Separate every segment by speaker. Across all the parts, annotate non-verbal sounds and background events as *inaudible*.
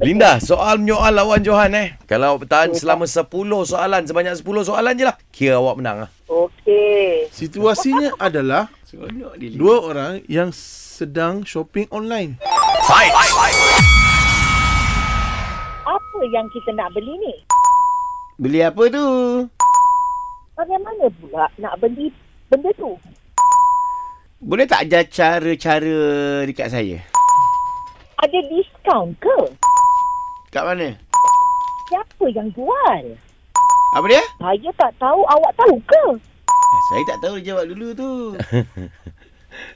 Speaker 1: Linda, soal menyoal lawan Johan eh. Kalau awak bertahan selama 10 soalan, sebanyak 10 soalan je lah. Kira awak menang lah.
Speaker 2: Okey.
Speaker 3: Situasinya adalah dua orang yang sedang shopping online.
Speaker 2: Apa yang kita nak beli ni?
Speaker 4: Beli apa tu?
Speaker 2: Bagaimana pula nak beli benda tu?
Speaker 4: Boleh tak ajar cara-cara dekat saya?
Speaker 2: Ada diskaun ke?
Speaker 4: Kat mana?
Speaker 2: Siapa yang jual?
Speaker 4: Apa dia?
Speaker 2: Saya tak tahu. Awak tahu ke?
Speaker 4: Eh, Saya tak tahu dia jawab dulu
Speaker 3: *laughs*
Speaker 4: tu.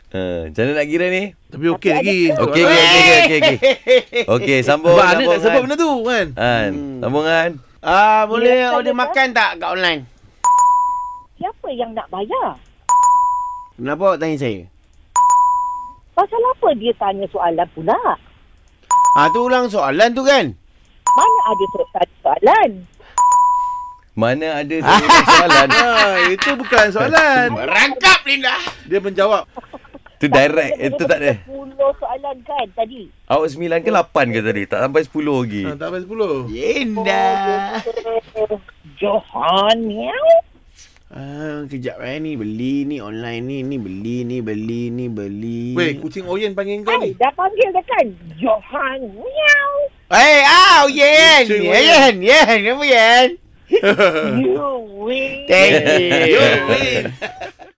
Speaker 1: Uh, macam mana nak kira ni?
Speaker 3: Tapi okey lagi.
Speaker 1: Okey, okey, okey, okey, okey, okey.
Speaker 4: *laughs*
Speaker 1: Okey, sambung.
Speaker 3: Sebab Anik tak
Speaker 1: sambung,
Speaker 3: sebut
Speaker 1: Han.
Speaker 3: benda tu kan.
Speaker 1: Han,
Speaker 4: Hmm.
Speaker 1: sambung Han.
Speaker 4: Ah, boleh
Speaker 2: Ya,
Speaker 4: order
Speaker 2: saya-
Speaker 4: makan tak kat online?
Speaker 2: Siapa yang nak bayar?
Speaker 4: Kenapa awak tanya saya?
Speaker 2: Pasal apa dia tanya soalan pula?
Speaker 4: Ah, tu ulang soalan tu kan?
Speaker 2: Mana ada so- soalan?
Speaker 1: Mana ada seorang
Speaker 4: *laughs*
Speaker 1: soalan.
Speaker 3: Ah, itu bukan soalan.
Speaker 4: Merangkap Linda.
Speaker 3: Dia menjawab.
Speaker 1: Itu direct. Itu tak ada.
Speaker 2: 10 soalan kan tadi.
Speaker 1: Awak 9 ke 8 ke tadi? Tak sampai 10 lagi.
Speaker 3: Ah, tak sampai 10.
Speaker 4: Linda.
Speaker 2: Johan, miau.
Speaker 4: Ah, kejap eh ni beli ni online ni ni beli ni beli ni beli.
Speaker 3: Weh, kucing Orient panggil kau
Speaker 2: Hai,
Speaker 3: ni.
Speaker 2: dah panggil dah kan? Johan,
Speaker 1: *laughs*
Speaker 2: miau.
Speaker 4: Hey, ah, oh, Yen.
Speaker 3: Kucing
Speaker 4: Yen, Yen, Yen, kenapa Yen?
Speaker 2: You win.
Speaker 4: Thank you.
Speaker 3: Weh.